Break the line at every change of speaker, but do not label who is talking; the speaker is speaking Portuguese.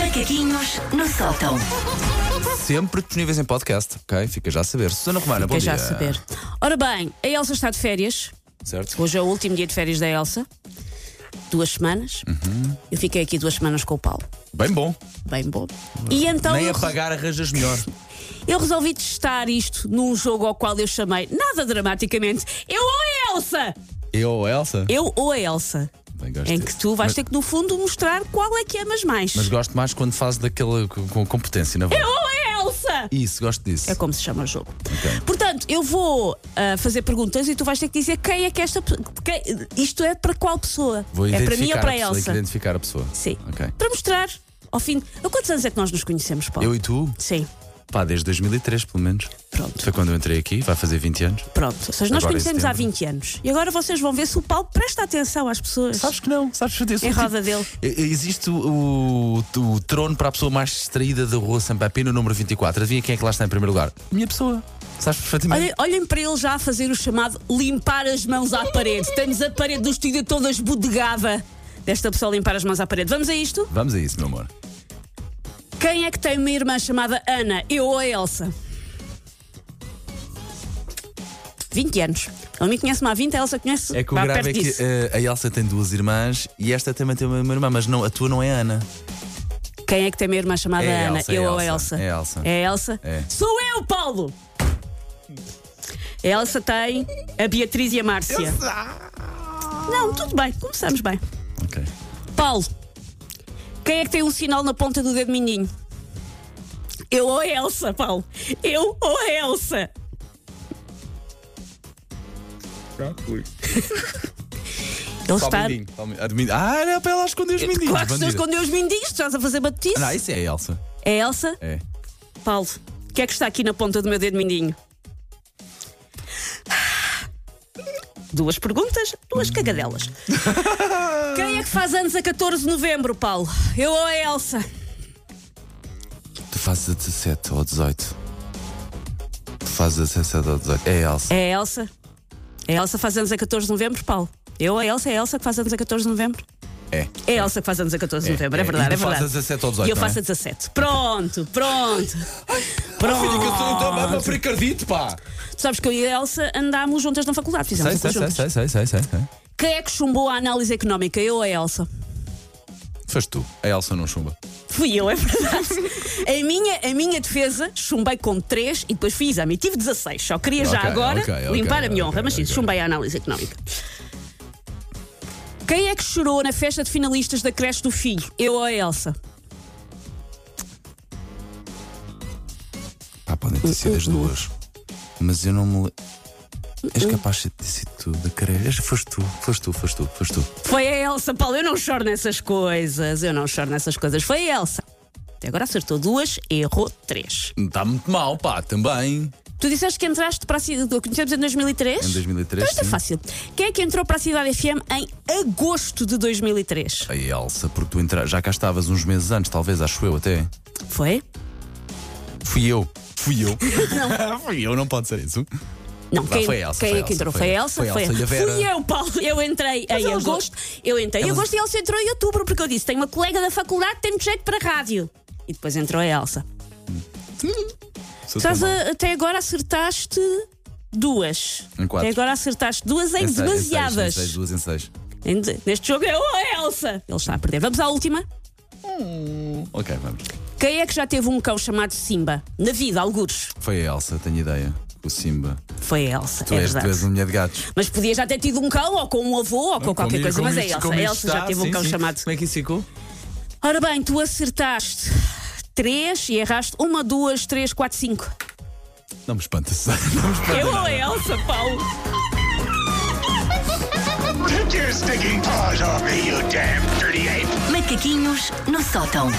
Macaquinhos no sótão.
Sempre disponíveis em podcast, ok? Fica já a saber. Susana Romana, bom
Fica já a
dia.
saber. Ora bem, a Elsa está de férias.
Certo?
Hoje é o último dia de férias da Elsa. Duas semanas.
Uhum.
Eu fiquei aqui duas semanas com o Paulo.
Bem bom.
Bem bom. E então
Nem
eu, re-
apagar arranjas melhor.
eu resolvi testar isto num jogo ao qual eu chamei, nada dramaticamente, Eu ou a Elsa!
Eu ou a Elsa?
Eu ou a Elsa.
Bem, gosto
Em que
disso.
tu vais
mas,
ter que, no fundo, mostrar qual é que amas mais.
mas gosto mais quando fazes daquela com com competência, na
Eu
verdade.
ou a Elsa!
Isso, gosto disso.
É como se chama o jogo.
Ok.
Portanto, eu vou ah, fazer perguntas e tu vais ter que dizer quem é que esta. pe- quem- isto é para qual pessoa?
Vou
é para
identificar
mim ou para
a
a
pessoa, tenho que
Elsa?
identificar a pessoa.
Sim.
Ok.
Para mostrar ao fim. Há quantos anos é que nós nos conhecemos, Paulo?
Eu e tu?
Sim,
Pá, desde 2003, pelo menos.
Pronto.
Foi quando eu entrei aqui, vai fazer 20 anos.
pronto. Ou seja, nós
Agora em
conhecemos há
setembro.
20 anos. E agora vocês vão ver se o Paulo presta atenção às pessoas.
Sabes que não, sabes que eu sou
Em
tipo-
roda dele.
E- Existe o, o- o trono para a pessoa mais distraída da rua Sampapi no número 24. Adivinha quem é que lá está em primeiro lugar? Minha pessoa. Sabes perfeitamente.
Olhem, olhem para ele já a fazer o chamado limpar as mãos à parede. Temos a parede do estúdio toda esbodegada desta pessoa limpar as mãos à parede. Vamos a isto?
Vamos a isso, meu amor.
Quem é que tem uma irmã chamada Ana? Eu ou a Elsa? 20 anos. A mim conhece-me há 20, a Elsa conhece
É que o
vá
grave
perto
é que
disso.
eh, a Elsa tem duas irmãs e esta também tem uma irmã, mas não, a tua não é a Ana.
Quem é que tem uma irmã chamada
É a
Ana?
Elsa, é
eu
a
ou a Elsa?
Elsa, é a Elsa.
É a Elsa?
É.
Sou eu, Paulo! A Elsa tem a Beatriz e a Márcia. Não, tudo bem, começamos bem.
Ok.
Paulo, quem é que tem um sinal na ponta do dedo mindinho? Eu ou a Elsa, Paulo? Eu ou a Elsa? Ele
Só o
está.
mindinho, só o mi- ah, de mindinho. Ah, era para ela esconder os mindinhos.
Claro que estou a
bandida.
esconder os mindinhos, estás a fazer batutice.
Não, isso é a Elsa.
É a Elsa?
É.
Paulo, o que é que está aqui na ponta do meu dedo mindinho? Duas perguntas, duas cagadelas. Quem é que faz anos a 14 de novembro, Paulo? Eu ou a Elsa?
Tu fazes a 17 ou a 18. Tu fazes a 17 ou a 18. É a Elsa.
É a Elsa? É A Elsa faz anos a 14 de novembro, Paulo? Eu ou a Elsa? É a Elsa que faz anos a 14 de novembro?
É.
É a Elsa que faz anos a 14 de
É,
novembro,
é.
é,
E tu
verdade, é
fazes
verdade.
a 17 ou 18,
E eu
não é?
faço a 17. Pronto, pronto. Pronto.
Filha, que eu sou então mesmo fricardito, pá!
Tu sabes que eu e a Elsa andámos juntas na faculdade, fizemos tudo
Sei, sei, sei,
juntas.
sei, sei, sei, sei, sei.
Quem é que chumbou a análise económica? Eu ou a Elsa?
Faz tu. A Elsa não chumba.
Fui eu, é verdade. a, minha, a minha defesa, chumbei com 3 e depois fui exame. E tive 16. Só queria já
Ok,
agora
ok, ok,
limpar a minha
ok,
honra, mas sim,
ok.
chumbei a análise económica. Quem é que chorou na festa de finalistas da creche do filho? Eu ou a Elsa?
Pá, podem ter sido as
Uh,
duas. Mas eu não me. le- És capaz de ter sido tu, da carreira. Foste tu, foste tu, foste tu, foste tu.
Foi a Elsa, Paulo. Eu não choro nessas coisas. Eu não choro nessas coisas. Foi a Elsa. Até agora acertou duas, errou três.
Está muito mal, pá, também.
Tu disseste que entraste para a cidade. Conhecemos em 2003?
Em 2003.
Isto é
sim.
fácil. Quem é que entrou para a Cidade FM em agosto de 2003?
A Elsa, porque tu entra... já cá estavas uns meses antes, talvez, acho eu até.
Foi?
Fui eu. Fui eu. Fui eu, não pode ser isso.
Não,
Vá, foi a Elsa,
quem
foi a
é que
Elsa,
entrou?
foi
Foi a
a-
Elsa?
foi a Elsa e a Vera.
Fui eu, Paulo. Eu entrei em
elas-
agosto. Eu entrei em
elas-
agosto e a Elsa entrou em outubro, porque eu disse: tenho uma colega da faculdade que tem muito jeito para rádio. E depois entrou a Elsa.
Sou tão
Estás
mau.
a- até agora acertaste duas.
Em quatro.
Até agora acertaste duas em
Em seis, em seis,
demasiadas.
Em seis, duas em seis.
Em- Neste jogo é ou a Elsa. Ele está a perder. Vamos à última.
Ok, vamos.
Quem é que já teve um cão chamado Simba? Na vida, algures.
Foi a Elsa, tenho ideia. O Simba.
Foi a Elsa.
Tu,
é
és, tu
verdade.
és um- uma mulher de gatos.
Mas podia já ter tido um cão, ou com um avô, ou com qualquer
Como-
coisa.
como
Mas é
isto-
Elsa.
como
A
isto
Elsa já
está,
teve um
sim,
cão
sim.
chamado.
Como é que isso ficou?
Ora bem, tu acertaste três e erraste uma, duas, três, quatro, cinco.
Não me espanta, Susana, não me espanta.
Eu ou a Elsa, Paulo?
Take your stinking paws off me, you damn dirty ape!
Macaquinhos no sótão.